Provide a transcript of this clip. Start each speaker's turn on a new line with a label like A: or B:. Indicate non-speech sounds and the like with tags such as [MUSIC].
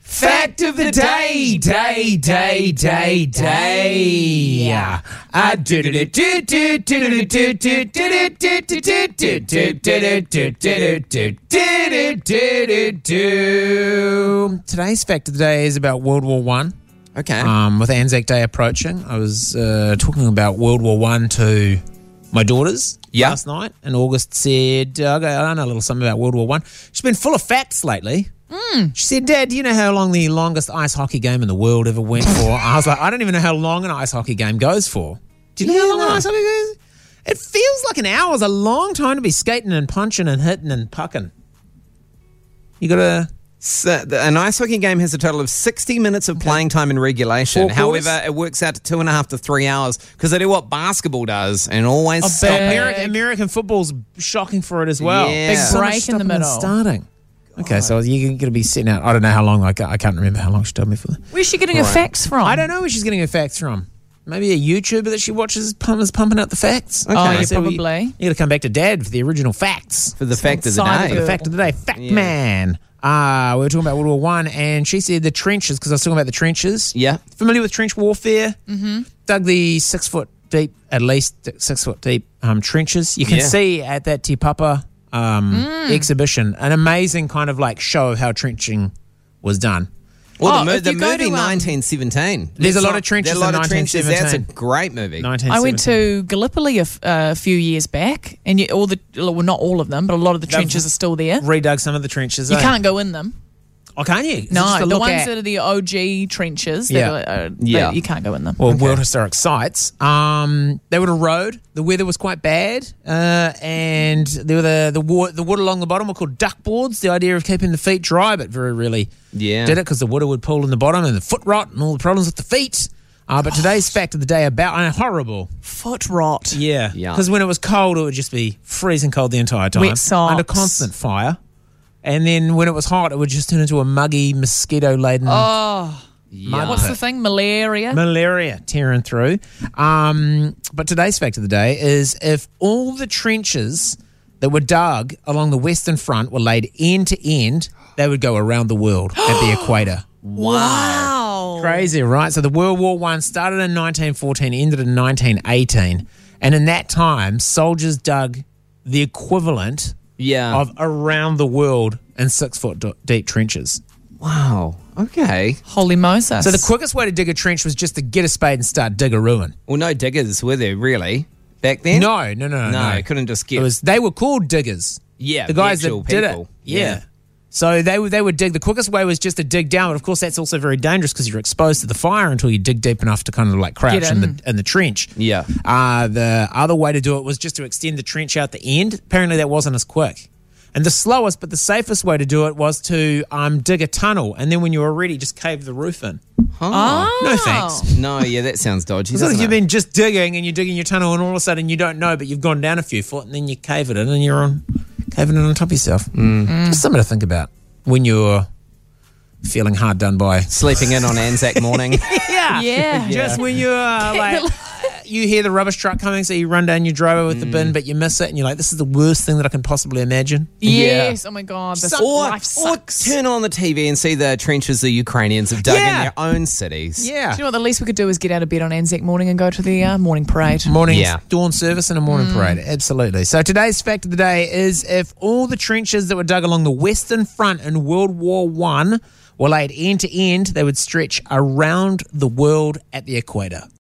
A: fact of the day, day, day, day, day. I do do do do do do do do do do do do do do do do do do do do do do do do. Today's fact of the day is about World War One.
B: Okay.
A: Um, with Anzac Day approaching, I was uh, talking about World War One to my daughters
B: Yeah.
A: last night, and August said, uh, "Okay, "I know a little something about World War One." She's been full of facts lately.
B: Hmm.
A: She said, "Dad, do you know how long the longest ice hockey game in the world ever went for?" I was like, "I don't even know how long an ice hockey game goes for." Do you know how long an ice hockey goes? It feels like an hour is a long time to be skating and punching and hitting and pucking. You got to
B: So, the, an ice hockey game has a total of 60 minutes of playing time in regulation.
A: Four quarters?
B: However, it works out to two and a half to three hours because they do what basketball does and always stop it.
A: American, American football's shocking for it as well.
B: Yeah. Big
A: much
C: break in the
A: stopping and
C: middle.
A: starting. Okay, so you're going to be sitting out. I don't know how long. I, ca- I can't remember how long she told me for. that.
C: Where's she getting her facts from?
A: I don't know where she's getting her facts from. Maybe a YouTuber that she watches pump, is pumping out the facts.
B: Oh, yeah,
A: I said, well, you-
C: probably.
A: you got to come back to Dad for the original facts.
B: For the fact of the
C: Inside
B: day.
C: of
A: The fact of the day, fact man. Ah, we were talking about World War One, and she said the trenches because I was talking about the trenches.
B: Yeah.
A: familiar with trench warfare? Mm-hmm. Dug the six foot deep, at least six foot deep um, trenches. You can
B: Yeah.
A: see at that Te Papa um,
C: Mm.
A: exhibition an amazing kind of like show of how trenching was done.
B: Well, the,
C: Oh,
B: mo-
C: if
B: the
C: you go
B: movie
C: to, um,
B: 1917.
A: There's a
B: Let's
A: lot of
B: not-
A: trenches
B: There are a lot
A: in
B: of trenches. That's a
A: 1917.
B: great movie.
C: I went to Gallipoli a f- a few years back, and you, all the well, not all of them, but a lot of the trenches are still there.
A: redug some of the trenches.
C: You
A: eh?
C: can't go in them.
A: Oh, can you? Is it just
C: No,
A: a
C: the
A: look
C: ones
A: at?
C: that are the OG trenches.
A: Yeah.
C: Yeah, are, they-
B: Yeah.
C: you can't go in them.
A: well, World Historic Sites. Um, they were on a road. The weather was quite bad, uh, and there were the the, wa- the wood along the bottom were called duck boards. The idea of keeping the feet dry, but very rarely
B: Yeah.
A: did it because the water would pool in the bottom and the foot rot and all the problems with the feet. Uh, but today's fact of the day about and horrible.
C: Foot rot.
A: Yeah,
B: Yeah.
A: Because when it was cold, it would just be freezing cold the entire time,
C: Wet socks.
A: under constant fire. And then when it was hot, it would just turn into a muggy, mosquito laden.
B: Yeah.
C: Oh. What's the thing? Malaria.
A: malaria tearing through. Um, but today's fact of the day is if all the trenches that were dug along the Western Front were laid end to end, they would go around the world at the equator.
C: wow.
A: Crazy, right? So the World War One started in 1914, ended in 1918, and in that time, soldiers dug the equivalent
B: Yeah.
A: of around the world in six foot d- deep trenches.
B: wow. Okay.
C: Holy Moses.
A: So the quickest way to dig a trench was just to get a spade and start dig a ruin.
B: Well, no diggers were there really back then.
A: No, no, no, no.
B: no,
A: no.
B: couldn't just get.
A: It was they were called diggers.
B: Yeah,
A: the guys
B: the
A: that
B: actual
A: did it.
B: people.
A: Yeah.
B: Yeah.
A: So they would they would dig. The quickest way was just to dig down, but of course that's also very dangerous because you're exposed to the fire until you dig deep enough to kind of like crouch in the in the trench.
B: Yeah.
A: Uh, the other way to do it was just to extend the trench out the end. Apparently that wasn't as quick. And the slowest but the safest way to do it was to um, dig a tunnel and then when you were ready just cave the roof in.
C: Oh.
A: No thanks.
B: no, yeah, that sounds dodgy.
A: It's not like
B: doesn't
A: you've
B: it?
A: been just digging and you're digging your tunnel, and all of a sudden you don't know, but you've gone down a few foot, and then you cave it in, and you're on caving it on top of yourself. Just something to think about when you're feeling hard done by.
B: sleeping in on
A: [LAUGHS]
B: Anzac morning.
A: Yeah,
C: Yeah.
A: Just when you're uh, like. [LAUGHS] You hear the rubbish truck coming, so you run down your driveway with the bin, but you miss it, and you're like, "This is the worst thing that I can possibly imagine."
C: Yes. Oh my God. This
B: or,
C: life
B: or
C: sucks.
B: turn on the TV and see the trenches the Ukrainians have dug
A: Yeah.
B: in their own cities.
A: Yeah,
C: Do you know what? The least we could do is get out of bed on Anzac morning and go to the uh, morning parade.
A: morning
B: Yeah.
A: dawn service and a morning parade. Absolutely. So today's fact of the day is if all the trenches that were dug along the Western Front in World War One were laid end to end, they would stretch around the world at the equator.